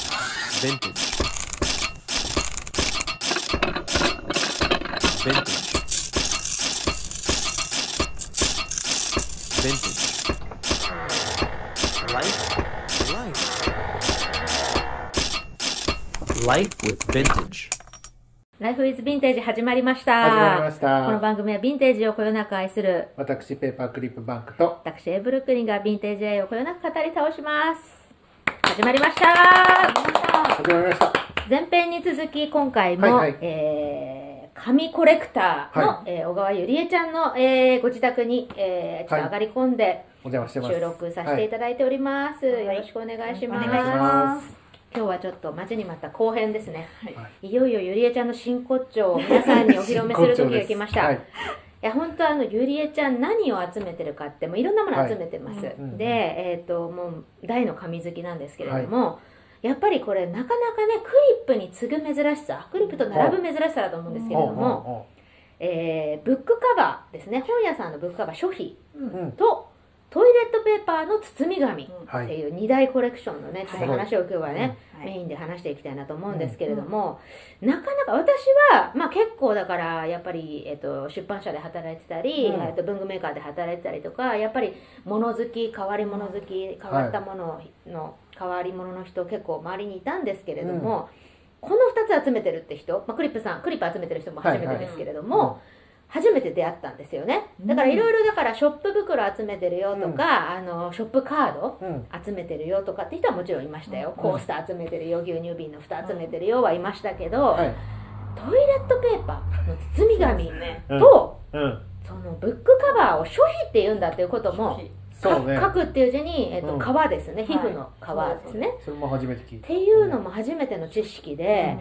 ベントリーベントリーベントリー Life Life Life with Vintage ライフイズヴィンテージ始まりました。始まりましたこの番組はヴィンテージをこよなく愛する私、ペーパークリップバンクと、私エイブルックリンがヴィンテージ愛をこよなく語り倒します。始まりました。始まりました。前編に続き今回も、はいはいえー紙コレクターの、はえー小川ゆりえちゃんの、えーご自宅に、えーちょっと上がり込んでお邪魔してます。収録させていただいております。よろしくお願いします。お願いします今日はちょっと待ちに待った後編ですね。はいいよいよゆりえちゃんの真骨頂を皆さんにお披露目する時が来ました。、はいい。や本当あのゆりえちゃん何を集めてるかってもういろんなもの集めてます。はいうんうんで、えっ、ともう大の紙好きなんですけれども。やっぱりこれなかなかねクリップに次ぐ珍しさクリップと並ぶ珍しさだと思うんですけれども、えーブックカバーですね本屋さんのブックカバー書費うんうんうんとトイレットペーパーの包み紙っうんはてい。いう2大コレクションのねちょっとはい話を今日はね、はいメインで話していきたいなと思うんですけれども、なかなか私は、まあ、結構だからやっぱり、えっと出版社で働いてたり、うんえっと文具メーカーで働いてたりとかやっぱり物好き変わり物好き変わったものの、変わり物の人結構周りにいたんですけれども、この2つ集めてるって人、まあ、クリップさんクリップ集めてる人も初めてですけれども。初めて出会ったんですよねだからいろいろだからショップ袋集めてるよとか、あのショップカード、うん、うん。集めてるよとかって人はもちろんいましたよ、うんコースター集めてるよ牛乳瓶の蓋集めてるよはいましたけど、はい。トイレットペーパーの包み紙ね。と、うん。そのブックカバーを書費って言うんだっていうこともそうね。書くっていう字に、えっうとん皮ですね皮膚の皮ですね、っそれも初めて聞いた。ていうのも初めての知識で、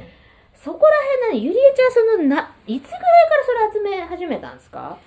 そこら辺なゆりえちゃんそのないつぐらいからそれ集め始めたんですか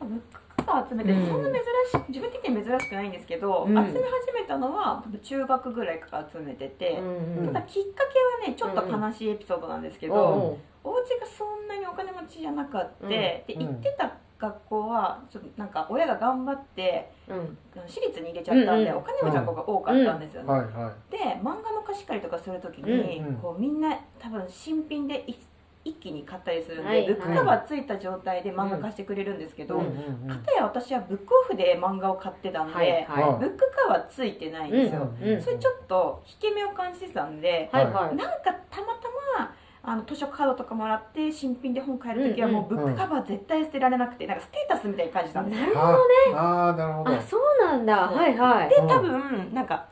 ブックカバー集めて、そんな珍しい自分的には珍しくないんですけど、うん集め始めたのは多分中学ぐらいから集めてて、んただきっかけはねちょっと悲しいエピソードなんですけど、おうお家がそんなにお金持ちじゃなくって、うんでう行んってた学校はちょっとなんか親が頑張ってうん私立に入れちゃったんで、うんうんお金持ちの子が多かったんですよね、はい、はで漫画の貸し借りとかするときに、うんうんこうみんな多分新品で一一気に買ったりするんで、はいブックカバーついた状態で漫画貸してくれるんですけい。ど、うん、うかん、うん。たや私はブックオフで漫画を買ってたんで、はいはうんブックカバーついてないんですよ、うんそれちょっと引け目を感じてたんでい、はいはいなんかたまたまあの図書カードとかもらって新品で本買えるときはもうブんうんックカバー絶対捨てられなくてなんかステータスみたいに感じたんですよ、なるほどはいああ、なるほど。あそうなんだそうはいはいでうん多分なんか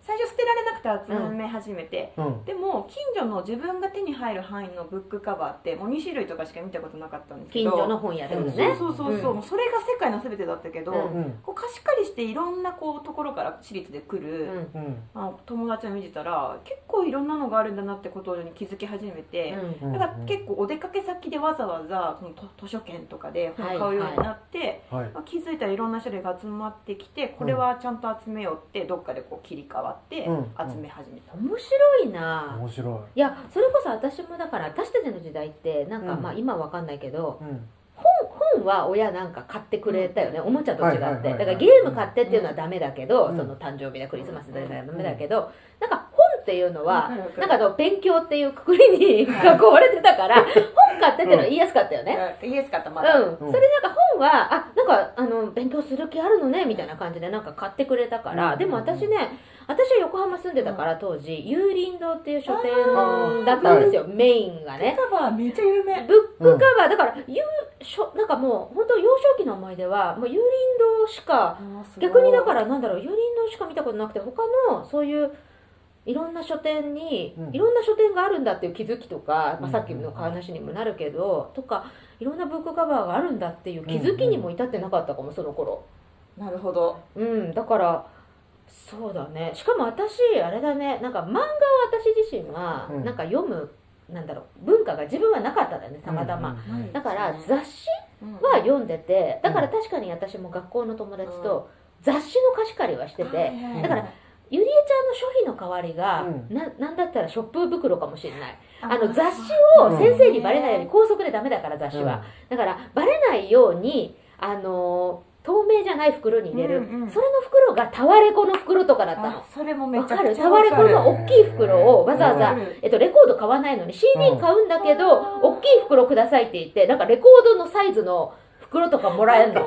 最初捨てられなくて集め始めて、うん。でも近所の自分が手に入る範囲のブックカバーってもう2種類とかしか見たことなかったんですけ近ど所の本屋ってことねねそうそうそうそう、うんもうそれが世界の全てだったけど、うんうん、こう貸し借りしていろんなこうところから私立で来うる、んうん。あの友達を見てたら結構いろんなのがあるんだなってことに気づき始めて、うんだから結構お出かけ先でわざわざこのと図書券とかで本を買うようになって、はい。まあ気づいたらいろんな種類が集まってきてこれはちゃんと集めようってどっかでこう切り替わってうん集め始めた。面白いな面白いやそれこそ私もだから私たちの時代ってなんか、うんまあ今わかんないけどい。うん。本は親なんか買ってくれたよね、おもちゃと違って、はいはいはいはいだからゲーム買ってっていうのはダメだけど、うんその誕生日だクリスマスだうんダメだけど、なんか本っていうのは、わなかんるかあわの勉強っていうくくりに 囲われてたから本買ってっていうのは言いやすかったよね、かるイエス買ったまだ、うん、それなんか本はあなんかあの勉強する気あるのねみたいな感じでなんか買ってくれたから、うんでも私ね私は横浜住んでたから当時有林堂っていう書店あーだったんですよ、メインがブッねクカバーめっちゃ有名ブックカバー、だから有しょなんかもう本当幼少期の思い出はもう有林堂しか逆にだかららなんだろう有林堂しか見たことなくて他のそういういろんな書店に、うんいろんな書店があるんだっていう気づきとか、まあ、うんさっきの話にもなるけど、とかいろんなブックカバーがあるんだっていう気づきにも至ってなかったかもその頃なるほどうんだからそうだねしかも私あれだねなんか漫画を私自身はうんなんか読む、なんだろう文化が自分はなかったんだよねたまたま、うんうんだからそう雑誌はは読んでてだからうん確かに私も学校の友達と雑誌の貸し借りはしてて、うんだからゆりえちゃんの書費の代わりが、うななんだったらショップ袋かもしれないあの雑誌うをん先生にバレないように高速でダメだから雑誌は、だからバレないようにあのー透明じゃない袋に入れる、うんうんそれの袋がタワレコの袋とかだったのあそれもめわちゃかくるちタゃワレわコかるの大きい袋をわざわわざかる、えっと、レコード買わないのに CD 買うんだけど、うん大きい袋くださいって言ってなんかレコードのサイズの袋とかもらえるの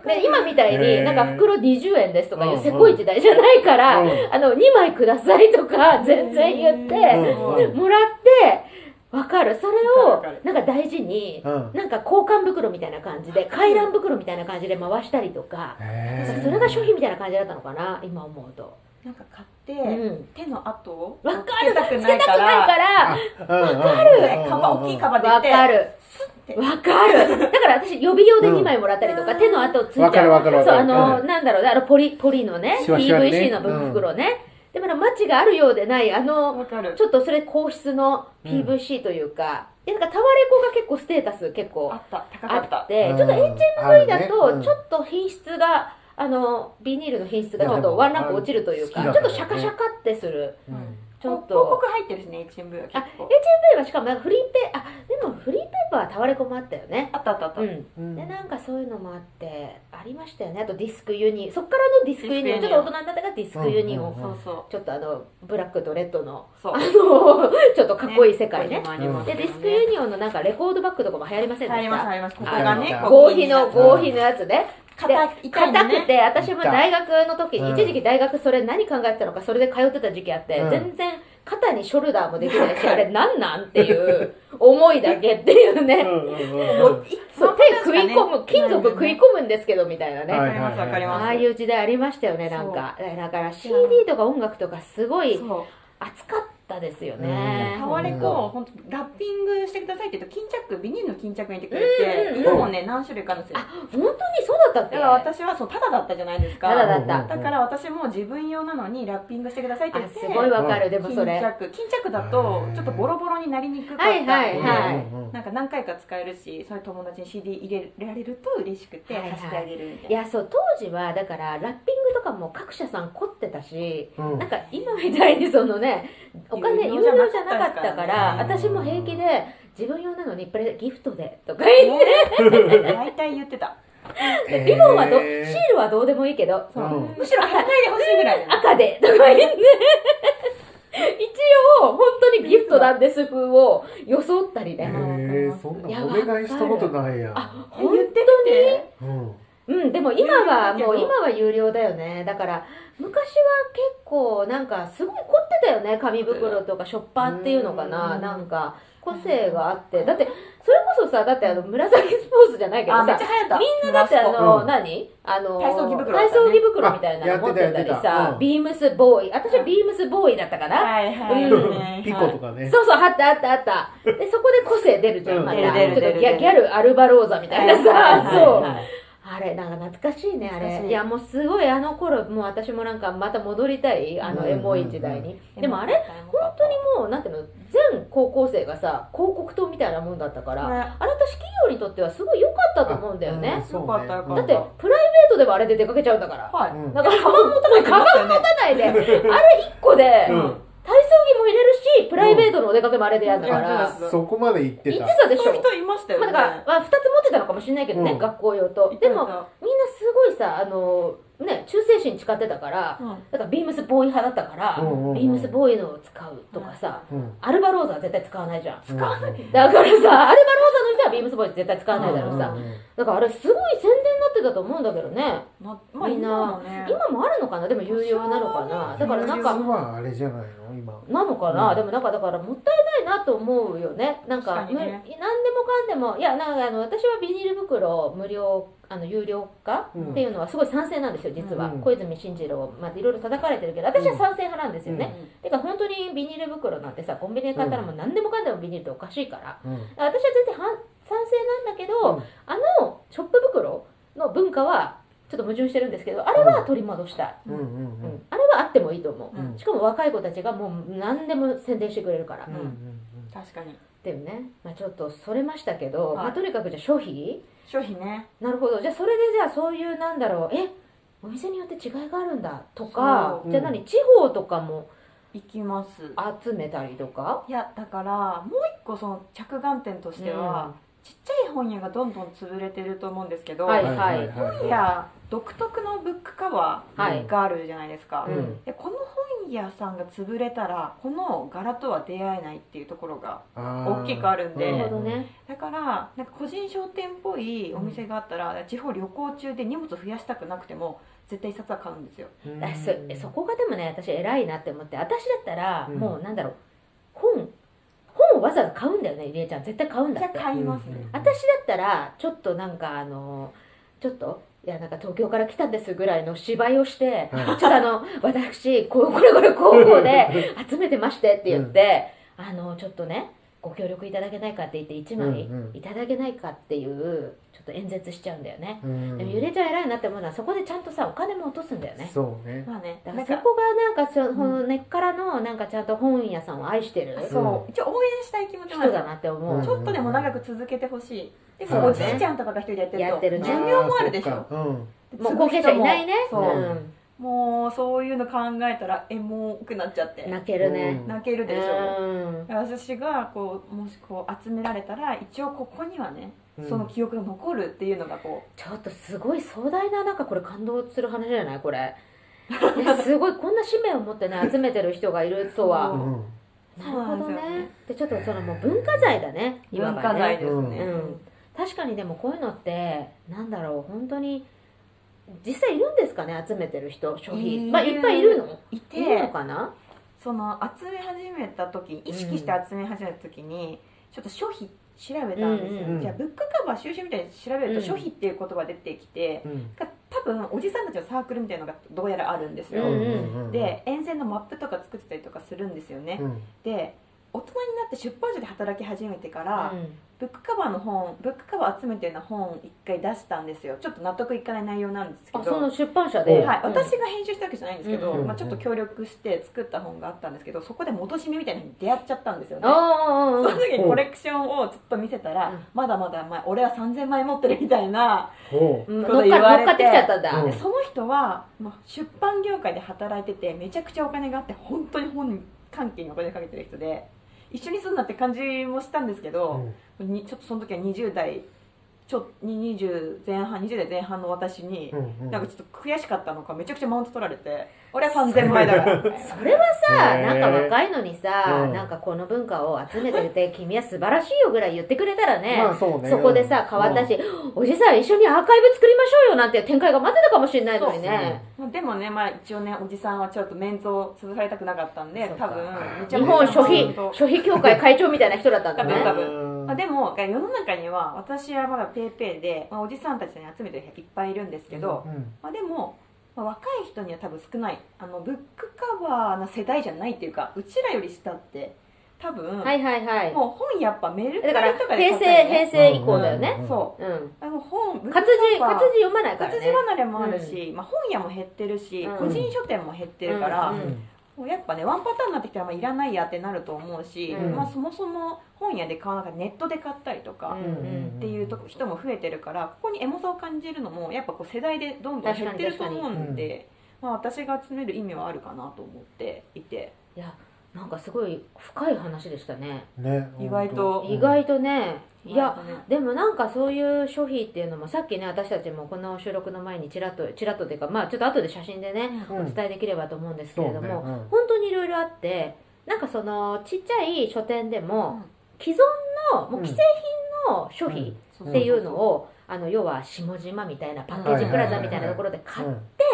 で今みたいへにーなんか袋20円ですとかいううんせこい時代じゃないから、うんあの2枚くださいとか全然言って、うんもらってわかるそれわをかるなんか大事にうんなんか交換袋みたいな感じで回覧袋みたいな感じで回したりとかへーそれが商品みたいな感じだったのかな今思うと。なんか買って、うん手の跡をわかつけるたくないかないかららわかねカバ大きいカバで行わってかるスッて わかるだから私予備用で2枚もらったりとか、うん手の跡をついちゃうわかるわかるわかそるうあの、うなんだろうねあのポリポリのねシワシワね PVC の分袋ね、でもなマチがあるようでないあのわかるちょっとそれ硬質の PVC というか、でなんかタワレコが結構ステータス結構あった高あかったってちょっと HMV だとちょっと品質があのビニールの品質がちょっとワンランク落ちるというかいちょやっでもとシャカシャカってするとうんちょっと広告入ってるしね HMV は結構 HMV はしかもなんかフリーペーあでもフリーペーパーはタワレコもあったよねあったあったあった、うんうんでなんかそういうのもあってありましたよねあとディスクユニそっからのディスクユニオンちディスクユニオょっンと大人になったからディスクユニオン、うんうんうんそうそうちょっとあのブラックとレッドのそうあのちょっとかっこいい世界ねこういうのもありますでよねディスクユニオンのなんかレコードバッグとかも流行りませんで入りしますた入りますここがねあこう合皮のここ合に皮のやつね硬い痛いの硬ねくて私も大学の時にうん一時期大学それ何考えてたのかそれで通ってた時期あって、うん全然肩にショルダーもできないしあれなんなんっていう思いだけっていうね、うんうんうんそう手食い込む金属食い込むんですけどみたいなね、はわいかりますわかりますああいう時代ありましたよねなんかだから CD とか音楽とかすごいそう熱かったですようねんタワレコを本当ラッピングしてくださいって言うと巾着ビニールの巾着に入れてくれうんうてん色もね何種類かあるんですよ本当にそうだったっだけから私はそうタダだったじゃないですかタダだったうんうんうんだから私も自分用なのにラッピングしてくださいって言あってすごいわかるうんでもそれ巾着巾着だとちょっとボロボロになりにくかったんで、はいはいうんうんなんか何回か使えるしそういう友達に CD 入れられると嬉しくてはいはい貸してあげるみたいいな、やそう当時はだからラッピングとかも各社さん凝ってたしうんうんなんか今みたいにそのねお金有有料料じじゃゃなかなかっったたかからら私も平気で自分用なのにプレギフトでとかえ言ってー大体言ってたへーリボンはどシールはどうでもいいけどそう、うんむしろ貼らないでほしいぐらい赤でとか言って 一応本当にギフトなんです風を装ったりへねーそんなんお願いしたことないやんあ言本当にっててうんうんでも今は有料だけもどう今は有料だよねだから昔は結構なんかすごい凝ってたよね紙袋とかショッパーっていうのかなうんなんか個性があってだってそれこそさだってあの紫スポーツじゃないけどあめっさちゃ流行ったみんなだってあの、うん何あの体操着袋だ体ったね操着袋みたいなのあ持ってたりやってたやさ、ってたうんビームスボーイ私はビームスボーイだったかな、はいはいはい、はい、ピコとかねそうそう、あったあったあった。で、そこで個性出るじゃ、うんんまた。出ちょるっと出るギ出ャるギャル、アルバローザみたいなはいさ、はいそう。はいあれ、なんか懐かしいね、あ懐かれ。しいいや、もうすごい、あの頃、もう私もなんかまた戻りたい、あの、うんエモい時代に。でもあれ、本当にもう、なんていうの、全高校生がさ、広告塔みたいなもんだったから、ねあれ私企業にとってはすごい良かったと思うんだよね。そうよかったよかだうっんて、プライベートでもあれで出かけちゃうんだから。はい、うんだから、カバン持たない、カバンバン持たない で、あれ1個で、うん体操着も入れるし、プライベートのお出かけもあれでやるんだかうんら。そこまで行って言たってたでしそうょいう人いましたよまあね、だから、まあ、2つ持ってたのかもしれないけどね、うん学校用といたでいたもみんなすごいさあのね忠誠心誓ってたからうんだからビームスボーイ派だったから、うんうんうんビームスボーイのを使うとかさ、うんアルバローザは絶対使わないじゃん、使わないだからさアルバローザの人はビームスボーイ絶対使わないだろうさ、うんうんうんだからあれすごい宣伝になってたと思うんだけどねままあみんな今もね今もあるのかなでも有料なのかな、だからなんか実はあれじゃないの今なのかな、うんでもなんかだからもったいないなと思うよねなんか確かにねむ何でもかんでもいやなんかあの私はビニール袋無料あの有料化うんっていうのはすごい賛成なんですよ実は、うん小泉進次郎、まあ、いろいろ叩かれてるけど私は賛成派なんですようんね、てか本当にビニール袋なんてさコンビニで買ったらもう何でもかんでもビニールっておかしいからうん私は全然反賛成なんだけど、うんあのショップ袋の文化はちょっと矛盾してるんですけどあれは取り戻したい、うんうんううんんあれはあってもいいと思う、うんしかも若い子たちがもう何でも宣伝してくれるから、うんっうん確かにていうね、まあ、ちょっとそれましたけど、はいまあ、とにかくじゃあ消費商品ねなるほどじゃあそれでじゃあそういうなんだろうえお店によって違いがあるんだとか、そうじゃあ何地方とかも行きます集めたりとかいやだからもう一個その着眼点としては、ちっちゃい本屋がどんどん潰れてると思うんですけど、はい本屋独特のブックカバはいーがあるじゃないですか、うんでこの本屋さんが潰れたらこの柄とは出会えないっていうところが大きくあるんでなるほどね。だからなんか個人商店っぽいお店があったら、地方旅行中で荷物増やしたくなくても絶対一冊は買うんですよあそそこがでもね私偉いなって思って私だったら、うんもうなんだろう本本をわざわざ買うんだよねゆりえちゃん絶対買うんじだゃってあ買いますね、私だったらちょっとなんかあのちょっといやなんか東京から来たんですぐらいの芝居をして、はいちょっとあの私こうこれこれこうこう で集めてましてって言って、あのちょっとねご協力いただけないかって言って1枚うんうんいただけないかっていうちょっと演説しちゃうんだよね、うんでもゆりえちゃん偉いなって思うのはそこでちゃんとさお金も落とすんだよねそうねまあねだからなんそかこがなんかその根っからのなんかちゃんと本屋さんを愛してるそう一応応援したい気持ちも人あるだなって思う、うんちょっとでも長く続けてほしいでそうもおじいちゃんとかが一人でやってるとやってるね寿命もあるでしあーょそっかうんもう後継者いないねそううんもうそういうの考えたらエモくなっちゃってん、泣けるね、泣けるでしょうん私がこうもしこう集められたら一応ここにはねうんその記憶が残るっていうのがこちょっとすごい壮大ななんかこれ感動する話じゃないこれ ねすごいこんな使命を持ってね集めてる人がいるとそはうんうなるほどそうなんですよねねでちょっとそのもう文化財だねういわばね文化財ですね、うん確かにでもこういうのってなんだろう本当に実際いるんですかね集めてる人消費、いるまあ、いっぱいいるのいいるのてかなその集め始めた時意識して集め始めた時にちょっと書費調べたんですよ、うんうんじゃあブックカバー収集みたいに調べると書費っていう言葉が出てきて、うんが多分おじさんたちのサークルみたいなのがどうやらあるんですうよ、んうんうんで沿線のマップとか作ってたりとかするんですよね、うんで大人になって出版社で働き始めてから、うんブックカバーの本ブックカバー集めてるような本一回出したんですよちょっと納得いかない内容なんですけあどその出版社うで、はい、うん私が編集したわけじゃないんですけうんど、うんうんまあ、ちょっと協力して作った本があったんですけどそこで元締めみたいなのに出会っちゃったんですよねあそーあーのあー時にコレクションをずっと見せたら、うんまだまだお前俺は3000枚持ってるみたいなほううんこ乗とっ言かわ乗っれてかってきちゃったんだ、うんでその人はもう出版業界で働いててめちゃくちゃお金があって本当に本関係にお金かけてる人で一緒に住んだって感じもしたんですけど、にちょっとその時は20代ちょに20前半20代前半の私に、うんうんなんかちょっと悔しかったのかめちゃくちゃマウント取られて俺は3000枚だ からみたいなそれはさ、へーなんか若いのにさ、うんなんかこの文化を集めて て、君は素晴らしいよぐらい言ってくれたらね、まあそうねそこでさ、変わったし、おじさん一緒にアーカイブ作りましょうよなんて展開が待ってたかもしれないのにね。まあでもね、まあ、一応ねおじさんはちょっとメンツを潰されたくなかったんでそうか多分めちゃ日めちゃ本書マウ費ント、書費協会会長みたいな人だったんだ多分多 ね。分うんまあ、でも世の中には私はまだペイペイで、まあ、おじさんたちに集めてる人いっぱいいるんですけど、うんまあ、でも、まあ、若い人には多分少ないあのブックカバーな世代じゃないっていうかうちらより下って多分、はいはいはい。もう本やっぱメールだから、とか平成、平成成以降だようんね。そううん。あの本ブックカ活字、バー活字読まないから活ね。字離れもあるし、まあ、本屋も減ってるし、うん個人書店も減ってるから、うんもうやっぱねワンパターンになってきたらまあいらないやってなると思うし、うんまあ、そもそも本屋で買わなくてネットで買ったりとか、うんうんっていうとこ人も増えてるからここにエモさを感じるのもやっぱこう世代でどんどん減ってると思うんで、まあ、私が集める意味はあるかなと思っていていや、なんかすごい深い話でしたね。ね意外とうん意外とね、いや、まあねでもなんかそういう諸費っていうのもさっきね私たちもこの収録の前にちらっとちらっとっていうかまあちょっと後で写真でねうんお伝えできればと思うんですけれども、そうねうん本当にいろいろあってなんかそのちっちゃい書店でも既存のもう既製品の諸費そうっていうのを、あの要は下島みたいなパッケージプラザみたいなところで買っって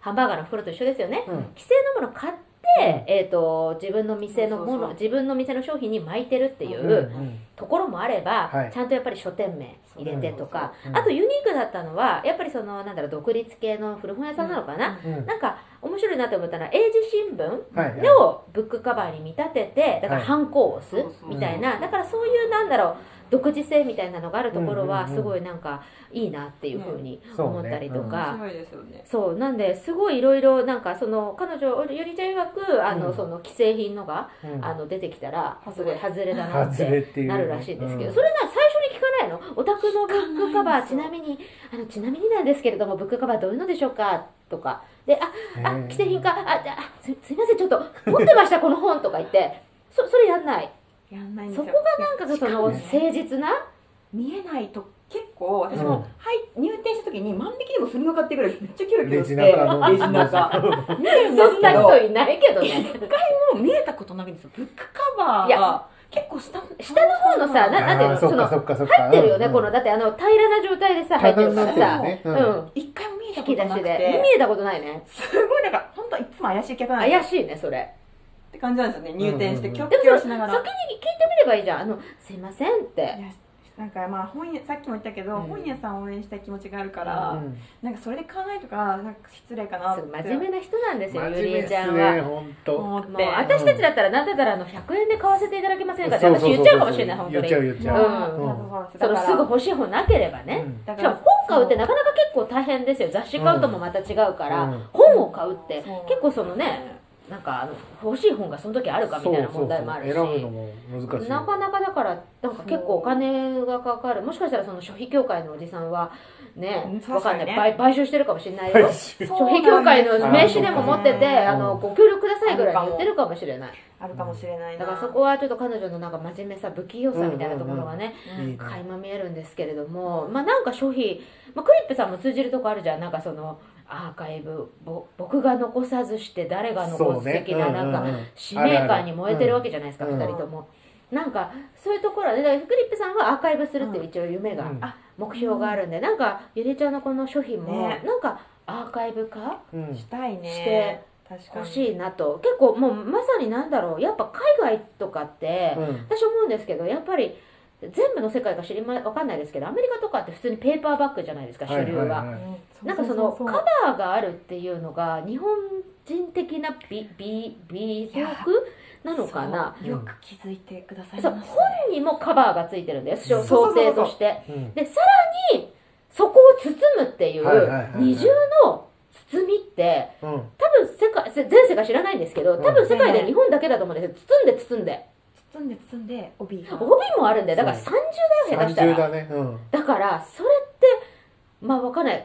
ハンバーガーの袋と一緒ですよね、うん既成のもの買って、えー、と自分の店のものそうそうそう自分の店の商品に巻いてるっていう、ところもあれば、はいちゃんとやっぱり書店名入れてとか、そうそうそううんあとユニークだったのはやっぱりそのなんだろう独立系の古本屋さんなのかな、なんか面白いなと思ったのは英字新聞はいはいをブックカバーに見立ててだからはいハンコを押すそうそうみたいな、だからそういうなんだろう独自性みたいなのがあるところうはんうんうすんごいなんかいいなっていうふうに思ったりとか、面白いですよねそうなんですごいいろいろなんかその彼女よりちゃん曰くあの、うんその既製品のが、うんあの出てきたらす外ごいれ外れだなっ外てれっていうなるらしいんですけど、うんそれな最初に聞かないのお宅のブックカバーち聞かなないみにあのちなみになんですけれどもブックカバーどういうのでしょうかとかでああね既製品かあじゃああすすいませんちょっと持ってましたこの本とか言ってそそれやんないやんないんですそよこがなんかそのしかもね誠実な見えないと結構私うんも、はい、入店した時に万引きでもすり抜かってぐらいめっちゃキョロキョロレしてジ中のレジ中見えるんでそすんなけど人いないけどね。もう見えたことないんですよブックカバいーがや結構下下の方のさななんていうのあーそっかそそっかそっか入ってるよね、うんこの、だってあの、平らな状態でさ、入ってるから平らさに。なってうるよねうんん。一回も見えた引こきと出なしくで。て見えたことないね。すごいなんか本当いつも怪しい客なんですよ怪しいね、それ。って感じなんですよね入店してうんキうんうョんロキョロしなが先らに聞いてみればいいじゃん。あの、すいませんってい。やなんかまあ本屋さっきも言ったけど、うん本屋さんを応援したい気持ちがあるかうら、んなんかそれで買わないとかなんか失礼かなっそてう真面目な人なんですよ、真ゆ面り目えっちゃすんはね。本当思ってもう私たちだったら、なんだったらあの100円で買わせていただけませんかって、そうそう私言そうそうっちゃうかもしれない、本当言っにちゃ。う言っちもゃうううんそうそうそそうのだからすぐ欲しい本なければね。だしかからも本買うってなかなか結構大変ですよ雑誌買うともまた違うから、うん本を買うってそう結構そのねなんかあの欲しい本がその時あるかみたいな問題もあるしそうそうそう選ぶのも難しいなかなかだからなんか結構お金がかかるもしかしたらその諸費協会のおじさんはねうん確かにねわかんない買買収してるかもしれないよ はい諸費協会の名刺でも持っててうんあのご協力くださいぐらいに言ってるかもしれないあるかもしれないなだからそこはちょっと彼女のなんか真面目さ不器用さみたいなところがね、うんいいね垣間見えるんですけれども、まあ、なんか消費、まあ、クリップさんも通じるとこあるじゃんなんかそのアーカイブぼ僕が残さずして誰が残す的ななんか使命感に燃えてるわけじゃないですか、うん二人とも。なんかそういうところはねだからクリップさんはアーカイブするっていう一応夢が、うんあ目標があるんでなんかゆりちゃんのこの商品も、ねなんかアーカイブ化うんしたいしてね確かに欲しいなと結構もうまさになんだろうやっぱ海外とかって、うん私思うんですけどやっぱり全部の世界が知りまわかんないですけどアメリカとかって普通にペーパーバッグじゃないですか主流は,、いいうんなんかそのうカうバーがあるっていうのが日本人的な美美美いや徳なのかなそうよく気づいてくださいそうまし本たにもカバーがついてるんですそうそう想そうそ定うそうとしてはいうんでさらにそこを包むっていうはいはいはいはい二重の包みってうん多分世界せ全世界知らないんですけど多分世界で日本だけだと思うんですよ包んで包んで包んで包んで帯が帯もあるんでだから30だよ下手したら30だねうんだからそれってまあわかんない、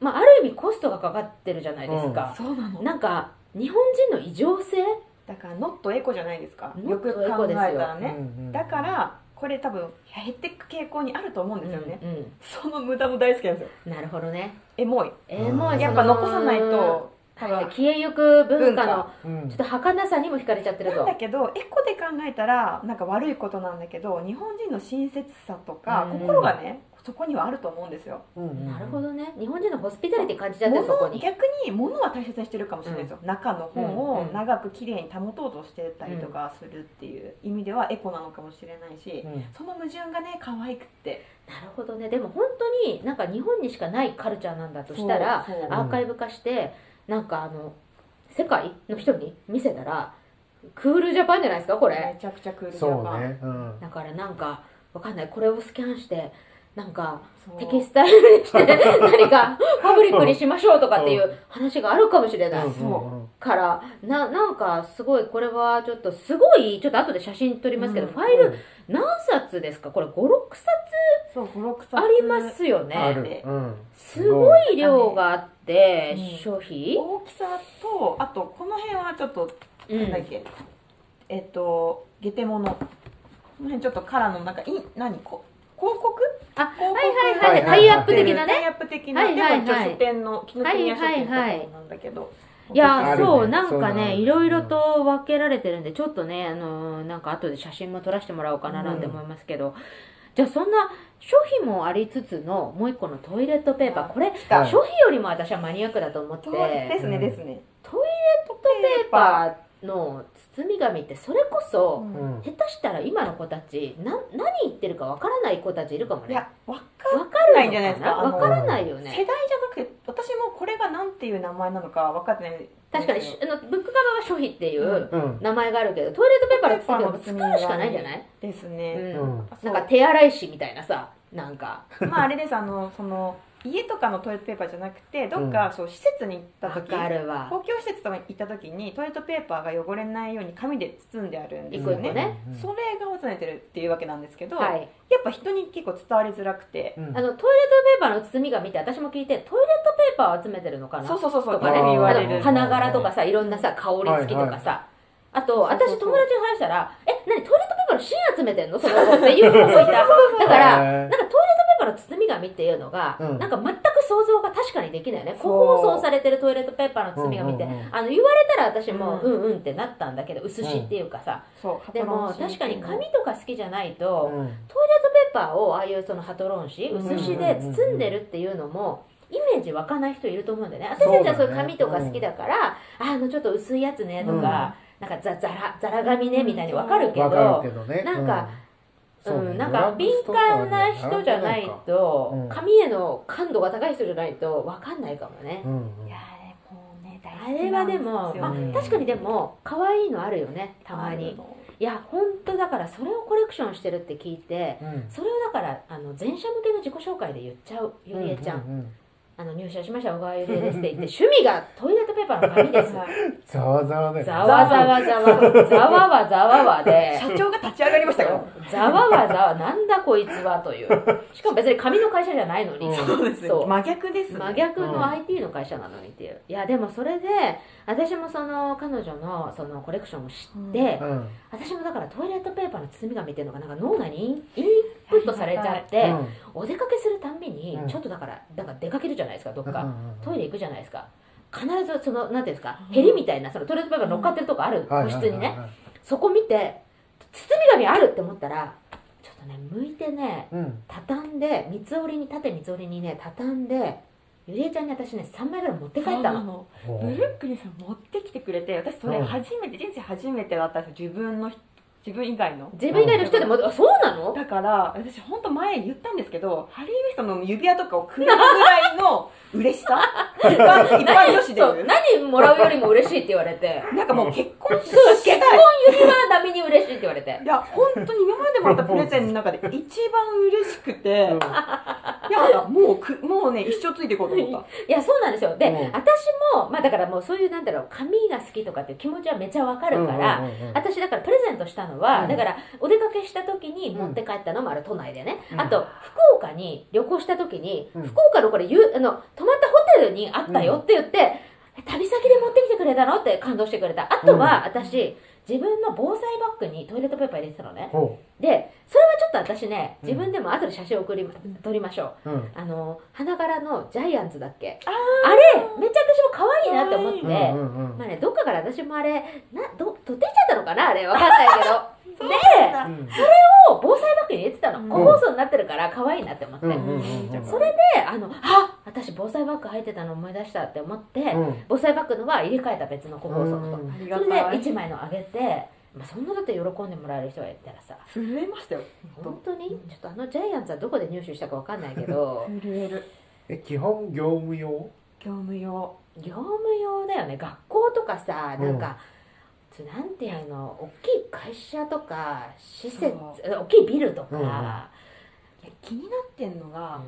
まあ、ある意味コストがかかってるじゃないですか、そうなのなんか日本人の異常性だからノットエコじゃないですかノよットくエコ考えたらうんうねんだからこれ多分減ってく傾向にあると思うんですよね、うんうんその無駄も大好きなんですよなるほどねエモいえー、もううんそやのっぱ残さないと多分はい消えゆく文化の文化うんちょっと儚さにも惹かれちゃってるなんとだけどエコで考えたらなんか悪いことなんだけど日本人の親切さとかうん心がねそこにはあると思うんですようんうんなるほどね日本人のホスピタリティ感じちゃってるそこ物に逆に物は大切にしてるかもしれないですよ、中の本を長くきれいに保とうとしてたりとかするっていう意味ではエコなのかもしれないし、うんその矛盾がね可愛くってなるほどねでも本当になんか日本にしかないカルチャーなんだとしたらそうそうアーカイブ化してなんかあの世界の人に見せたらクールジャパンじゃないですかこれめちゃくちゃクールそとうかねうんだからなんかわかんないこれをスキャンしてなんかそうテキスタイルにして何かファブリックにしましょうとかっていう話があるかもしれない、うんうんうんからななんかすごいこれはちょっとすごいちょっと後で写真撮りますけど、うんファイル何冊ですかこれ56冊そう56冊ありますよねあるうんすごいい量があって、うん消費、大きさとあとこの辺はちょっとうなんだっけ、えっと下手物この辺ちょっとカラーのなんかい何こ広告あ広告はいはいははいいタイアップ的なタイねアップ的な、はいはいはいでも一応書店の紀ノ国屋書店のとこなんだけど、いやあるねそうなんかそうなねんいろいろと分けられてるんでちょっとねあのーなんか後で写真も撮らせてもらおうかななんて思いますけど、じゃあそんな商品もありつつのもう一個のトイレットペーパーあこれた商品よりも私はマニアックだと思ってそトうイレッですねですね、トペーパーの包み紙ってそれこうそんうん下手したら今の子たちな何言ってるかわからない子たちいるかもいねやわかわかるないのんじゃないですかあわのからないよ世ね代じゃなくて私もこれがなんていう名前なのか分かってないんですよ確かにしあのブックカバーは書費っていううんうん名前があるけどトイレットペーパートイレットのペ使ーパーの包みうしかないんじゃない、ですうね、ん、うんそなうかん手洗い紙みたいなさなんかまああれですあのその家とかのトイレットペーパーじゃなくてどっかそう施設に行ったわ時、かるわ公共施設とかに行った時にトイレットペーパーが汚れないように紙で包んであるんですよ一個一ね個ねそれが集めてるっていうわけなんですけど、はやっいぱ人に結構伝わりづらくて、うんあのトイレットペーパーの包み紙って私も聞いてトイレットペーパーを集めてるのかなそうそうそうそうとかよくねあー言わあれのる花柄とかさいろんなさ香り付きとかさ、あとはいはい私友達に話したら「え何トイレットペーパから芯集めてんのその子っていう子もいただからなへんかトイレットペーパーの包み紙っていうのが、うんなんか全く想像が確かにできないよねそう個包装されてるトイレットペーパーの包み紙って、うんうんうんあの言われたら私もううんうんってなったんだけど薄紙っていうかさ、そうでも確かに紙とか好きじゃないと、うトイレんットペーパーをああいうそのハトロン紙うん薄紙で包んでるっていうのもイメージ湧かない人いると思うんだよね私たちはそういう紙とか好きだからああのちょっと薄いやつねとか、なんかざざらざら紙ねみたいにわかるけど、わかるけどねなんかううそん、ねなんか敏感な人じゃないうとん紙への感度が高い人じゃないと分かんないかもねう、んうんいやーでもね大あ好きれなはんですよも、まうんあ、確かにでも可愛いのあるよねたまにいや本当だからそれをコレクションしてるって聞いてうんそれをだからあの前者向けの自己紹介で言っちゃうゆりえちゃん,、うううんあの入社しました小川ゆりえですって言って趣味がトイレットペーパーの紙ですざわざわだよねざわざわざわざわはざわはで社長が立ち上がりましたよざわわざわなんだこいつはというしかも別に紙の会社じゃないのに、うんそうですそう真逆ですね真逆うのん IT の会社なのにっていう、いやでもそれで私もその彼女のそのコレクションを知って、うん私もだからトイレットペーパーの包み紙っていうのがなんか脳内にインインプットされちゃって、うんお出かけするたんびにうんちょっとだからなんか出かけるじゃないですかどっうか、んうんうんトイレ行くじゃないですか必ずそのなんていうんですかヘリみたいなそのトイレットペーパー乗っかってるとこある、はい個はいはいはい室にねそこ見て包み紙あるって思ったらちょっとね向いてねうん畳んで三つ折りに縦三つ折りにね畳んでゆりえちゃんに私ね3枚ぐらい持って帰そっうたなののおブルーックリンさん持ってきてくれて私それうん初めて人生初めてだったんですよ自分の自分以外の自分以外の人でも、あそうなのだから私本当前言ったんですけどハリー・ウエストの指輪とかをくれるぐらいの嬉しさ一般一般女子でそいうう何もらうよりも嬉しいって言われてなんかもう結婚しそう結た婚い指輪並みに嬉しいって言われていや本当に今までもらったプレゼントの中で一番嬉しくて、うんいやだもうくもうね一生ついていこうと思ったいやそうなんですよで、うん私もまあだからもうそういうなんだろう髪が好きとかっていう気持ちはめちゃわかるから、うんうんうんうん私だからプレゼントしたのは、うんだからお出かけした時に持って帰ったのもある都内でね、うんあと福岡に旅行した時に、うん福岡のこれゆあの泊まったホテルにあったよって言って、え旅先で持ってきてくれたのって感動してくれたあとは私自分の防災バッグにトイレットペーパー入れてたのねほでそれはちょっと私ねうん自分でも後で写真送り、撮りましょうううんあの花柄のジャイアンツだっけああれめちゃくちゃ可愛いなって思って、可うんうんうんまあね、どっかから私もあれなど取っていっちゃったのかなあれわかんないけどでうんもう防災バッグに入れてたのうん個包装になってるから可愛いなって思って、うんうんうんうんそれであのあ私防災バッグ入ってたの思い出したって思って、うん防災バッグのは入れ替えた別の個包装うとんありそがれたいで1枚のあげて、まあ、そんなだって喜んでもらえる人がいたらさ震えましたよ本当にちょっとあのジャイアンツはどこで入手したかわかんないけど震えるえ基本業務用業務用業務用だよね学校とかさなんか、なんていうの大きい会社とか施設そ大きいビルとうんうんか、いや気になってんのが、うん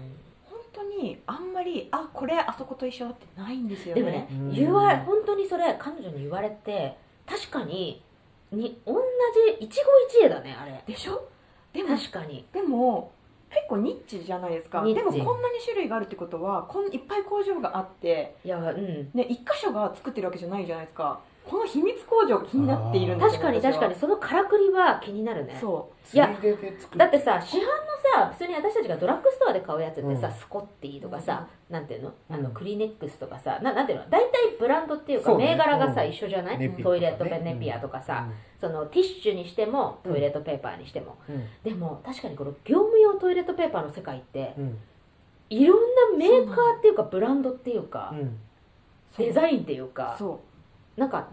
本当にあんまりあこれあそこと一緒だってないんですよねでもね、うん言わ本当にそれ彼女に言われて確かにに同じ一期一会だねあれでしょでも確かにでも結構ニッチじゃないですかニでッチもこんなに種類があるってことはこんいっぱい工場があっていやうんね一箇所が作ってるわけじゃないじゃないですかこの秘密工場が気になっているんです確かに確かにそのからくりは気になるねそついいやでで作るだってさ市販のさ普通に私たちがドラッグストアで買うやつってさ、うんスコッティとかさ、なんていうのあうのんクリネックスとかさななんていうの大体ブランドっていうかそうね銘柄がさ、うん一緒じゃない、ネピとトかねイレットペーパーネピアとかさ、そのティッシュにしてもトイレットペーパーにしても、うんうんでも確かにこの業務用トイレットペーパーの世界ってうんいろんなメーカーっていうかブランドっていうかうんうデザインっていうンかそうなんか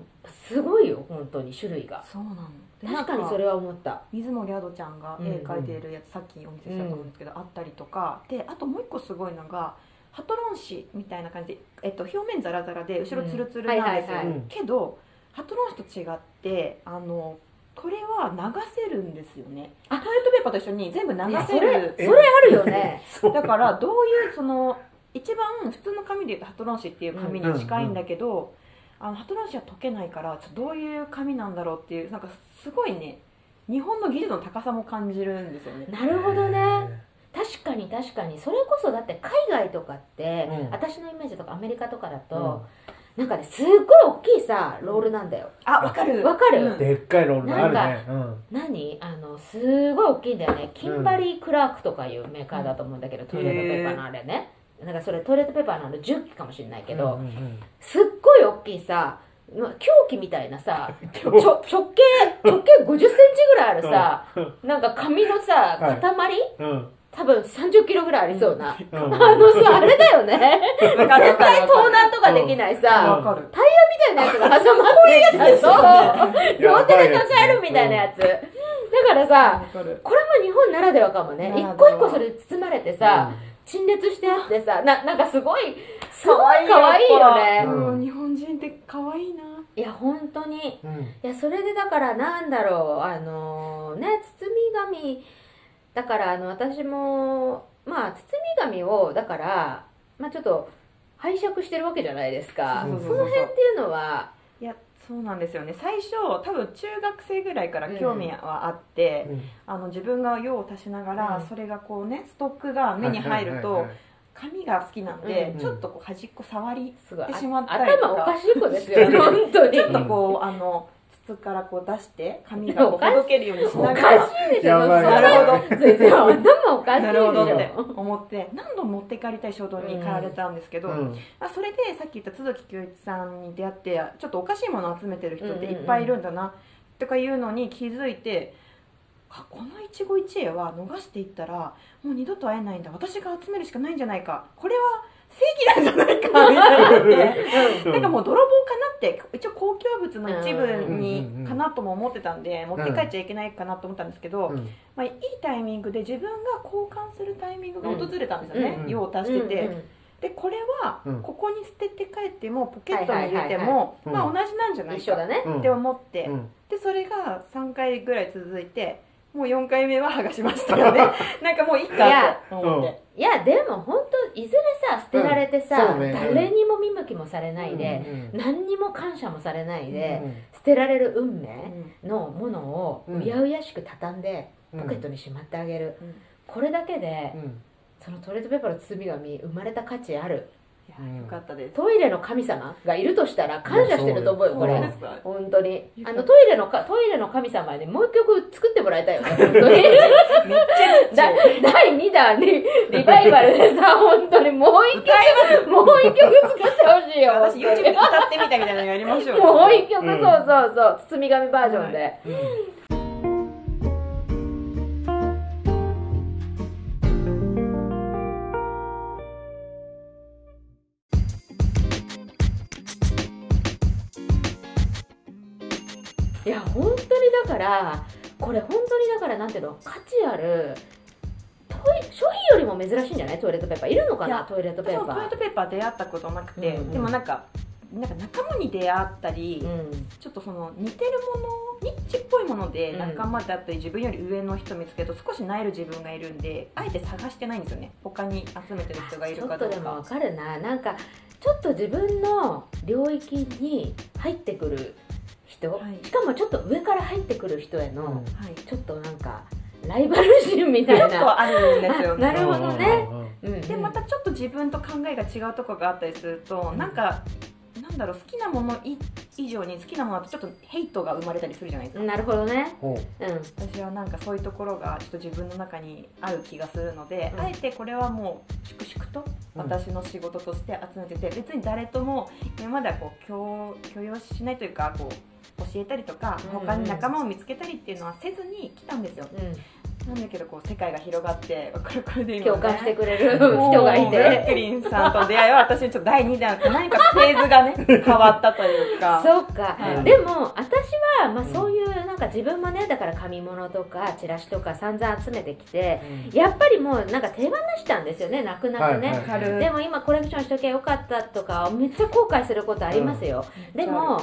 すごいよ本当に種類がそうなので確かなにんそれは思った水森アドちゃんが絵描いているやつ、さっきお見せしたと思うんですけど、あったりとかであともう一個すごいのがハトロン紙みたいな感じで、えっと、表面ザラザラで後ろツルツルなんですうんよ、はいはいはいけどハトロン紙と違ってあのこれは流せるんですよねトイあレットペーパーと一緒に全部流せるそれあるよね そうだからどういうその一番普通の紙で言うとハトロン紙っていう紙に近いんだけど、あのハトロン紙は溶けないからちょっとどういう紙なんだろうっていうなんかすごいね日本の技術の高さも感じるんですよね。なるほどね確かに確かにそれこそだって海外とかって、うん私のイメージとかアメリカとかだうんと、なんかねすっごい大きいさロールなんだよあわかるわかるうんでっかいロールがあるね。うん。何あのすごい大きいんだよねキンバリー・クラークとかいうメーカーだと思うんだけど、トイレットペーパーのあれねなんかそれトイレットペーパーのあの10機かもしれないけど、うんうんすっごい大きいさま凶器みたいなさちょ直径直径5 0ンチぐらいあるさ、なんか紙のさはい塊、うん。うん多分3 0キロぐらいありそうな、うんあのさあれだよねわかるわ絶かる対盗難とかできないさ、わかるみたいなやつが挟まってるやつでしょ両手で抱えるみたいなやつ、だからさ、わかるこれも日本ならではかもねならでは一個一個それ包まれてさ、陳列してあってさななんかすごいすごい可愛いよねうんうん日本人って可愛いないや本当にうん。うんいやそれでだからなんだろうあのね包み紙だからあの私もまあ包み紙をだからまあちょっと拝借してるわけじゃないですかそうそそうそうの辺っていうのはいやそうなんですよね最初多分中学生ぐらいから興味はあって、あの自分が用を足しながら、うんそれがこうねストックが目に入ると、はいはいはい紙が好きなんで、うんちょっとこう端っこ触りすごいあしてしまったりとか頭おかしい子ですよね本当にちょっとこう、あの筒からこう出して紙がこうほどけるようにしおなかがらしいでしょやばいやばいそれ頭おかしいでなしるほ どっょて思って何度も持って帰りたい衝動に駆られたんですけど、うんあそれでさっき言った都築恭一さんに出会ってちょっとおかしいものを集めてる人っていっぱいいるんだな、とかいうのに気づいてあこの一期一会は逃していったらもう二度と会えないんだ私が集めるしかないんじゃないかこれは正義なんじゃないかみたいになって。なんかもう泥棒かなって一応公共物の一部うんうんうんにかなとも思ってたんで持って帰っちゃいけないかなと思ったんですけど、うんまあ、いいタイミングで自分が交換するタイミングが訪れたんですよね、うんうん用を足してて、うんうんでこれはうんここに捨てて帰ってもポケットに入れてはいはいはもいはいまうあん同じなんじゃない一緒だかねうんって思って、うんでそれが3回ぐらい続いてもう4回目は剥がしましたよね なんかもういいいかやと思って、いやでも本当いずれさ捨てられてうんさ、そうね誰にも見向きもされないで、うん何にも感謝もされないで、うん捨てられる運う命んのものをうんうやうやしく畳んでうんポケットにしまってあげる、うんこれだけでうんそのトイレットペーパーの包み紙生まれた価値あるうんいやよかったです、トイレの神様がいるとしたら感謝してると思うようんこ本当れですか本当にうんあのトイレのかトイレの神様にもう一曲作ってもらいたいよ ね本当にめっちゃだ 第2弾にリバイバルでさ本当にもう一曲もう一曲作ってほしいよ私 YouTube に歌ってみたみたいなのやりましょうよもう一曲、うんそうそうそう包み紙バージョンで、いや本当にだからこれ本当にだからなんていうの価値あるトイ商品よりも珍しいんじゃないトイレットペーパーいるのかいなやトイレット私ペーもパトイレットペーパー出会ったことなくて、うんうんでもなんかなんか仲間に出会ったり、ーうんちょっとその似てるものニッチっぽいものでうん仲間だったり自分より上の人見つけると少し萎える自分がいるんであえて探してないんですよね他に集めてる人がいちるょかっどとうでもわかかるななんかちょっと自分の領域に入ってくる人、はいしかもちょっと上から入ってくる人への、うんはい、ちちょっとなんかライバル心みたいなょっとあるんです よなねるほどね。うんうんでまたちょっと自分と考えが違うとこがあったりすると、うんなんかなんだろう好きなものい以上に好きなものだとちょっとヘイトが生まれたりするじゃないですかなるほどねほううん私はなんかそういうところがちょっと自分の中にある気がするので、うんあえてこれはもう粛々と私の仕事として集めてて、別に誰とも今まではこう強許容しないというかこう教えたりとかうんうん他に仲間を見つけたりっていうのはせずに来たんですよ、うなんだけどこう世界が広がってこれこれでん、今、ね、共感してくれるも う人がいブラッてクリンさんとの出会いは私にちょっと第2弾何かフェーズがね 変わったというかそうか、はいでも私は、まあ、うんそういうなんか自分もねだから紙物とかチラシとか散々集めてきてうんやっぱりもうなんか手放したんですよね泣く泣くね、はいはい軽でも今コレクションしときゃよかったとかめっちゃ後悔することありますよ、でも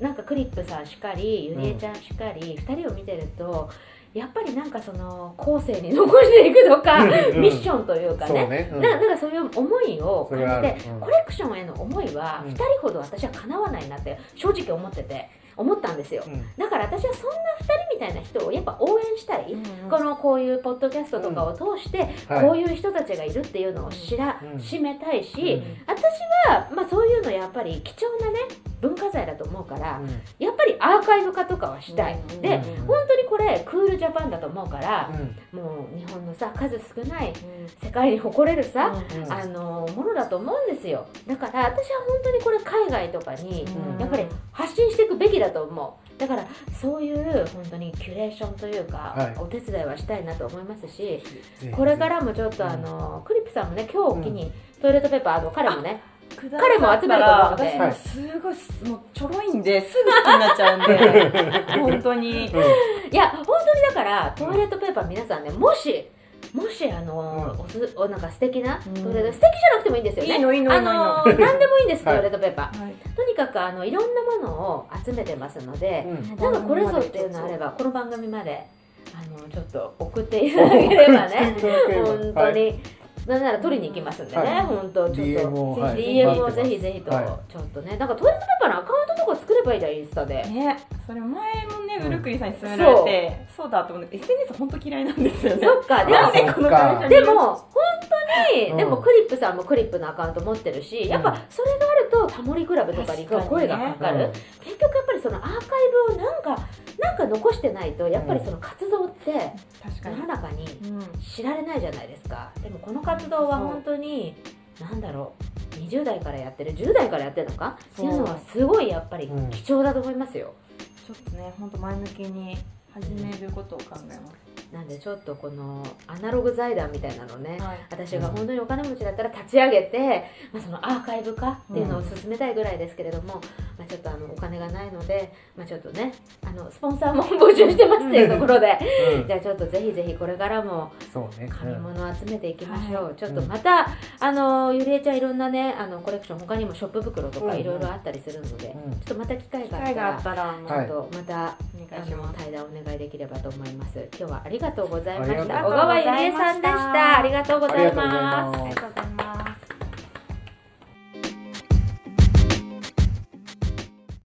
なんかクリップさんしかりゆりえちゃんしかり、2人を見てるとやっぱりなんかその後世に残していくとか、うんミッションというかそうねね。うんななんかそういう思いをそれはあ感るじて、うんコレクションへの思いはうん2人ほど私はかなわないなって正直思ってて思ったんですようんだから私はそんな2人みたいな人をやっぱ応援したい、このこういうポッドキャストとかを通して、うんはいこういう人たちがいるっていうのを知ら、うんしめたいし、うん私は、まあ、そういうのやっぱり貴重なね文化財だと思うから、うんやっぱりアーカイブ化とかはしたい、うんでうん本当にこれクールジャパンだと思うから、うんもう日本のさ数少ない世界に誇れるさ、うんあのものだと思うんですよだから私は本当にこれ海外とかにうんやっぱり発信していくべきだと思うだからそういう本当にキュレーションというか、はいお手伝いはしたいなと思いますしぜひこれからもちょっとあのクリップさんもね今日を機にトイレットペーパーあの彼もね彼も集めると思うんで私もすごいすもうちょろいんですぐ好きになっちゃうんで本当にうんいや本当にだからトイレットペーパー皆さんねもしもしあの、うんおすおなんか素敵な、うんトイレット素敵じゃなくてもいいんですよいねいのいいのいあいのいいのの何でもいいんです、はいトイレットペーパーはいとにかくあのいろんなものを集めてますので、うんなんかこれぞっていうのあればこの番組まであのちょっと送っていただければね 本当に、なんなら取りに行きますんでね、はい本当ちょっと DM をはい DM をぜひぜひと、はちょっとねなんかトイレットペーパーのアカウントとか作ればいいじゃんインスタで。ねそれ前もねうんブルックリンさんに勧められてそうだと思うんだけど SNS 本当嫌いなんですよねそっかでなもんでこの会社にでも本当に、うんでもクリップさんもクリップのアカウント持ってるしやっぱそれがあるとタモリクラブとかに行く声がかかる、結局やっぱりそのアーカイブをなんかなんか残してないとやっぱりその活動って確か世にの中にうん知られないじゃないですかでもこの活動は本当になんだろう20代からやってる10代からやってるのかってそういうのはすごいやっぱりうん貴重だと思いますよ、ちょっとね本当前向きに始めることを考えますなんでちょっとこのアナログ財団みたいなのねはい私が本当にお金持ちだったら立ち上げて、まあ、そのアーカイブ化っていうのを進めたいぐらいですけれども、まあ、ちょっとあのお金がないので、まあ、ちょっとねあのスポンサーも募集してますっていうところ で、うんじゃあちょっとぜひぜひこれからもそうね紙うん物を集めていきましょう、ちょっとうんまた、あのゆりえちゃんいろんなねあのコレクション他にもショップ袋とうんかうんいろいろあったりするので、うんちょっとまた機会機があった会があらっ。たらちょっとまた、おあ願いしのます対談お願いできればと思います。今日はありがとうございましありがた。小とうご川ざいましたゆりえさんでした。ありがとうごあざりがいとうございますま。す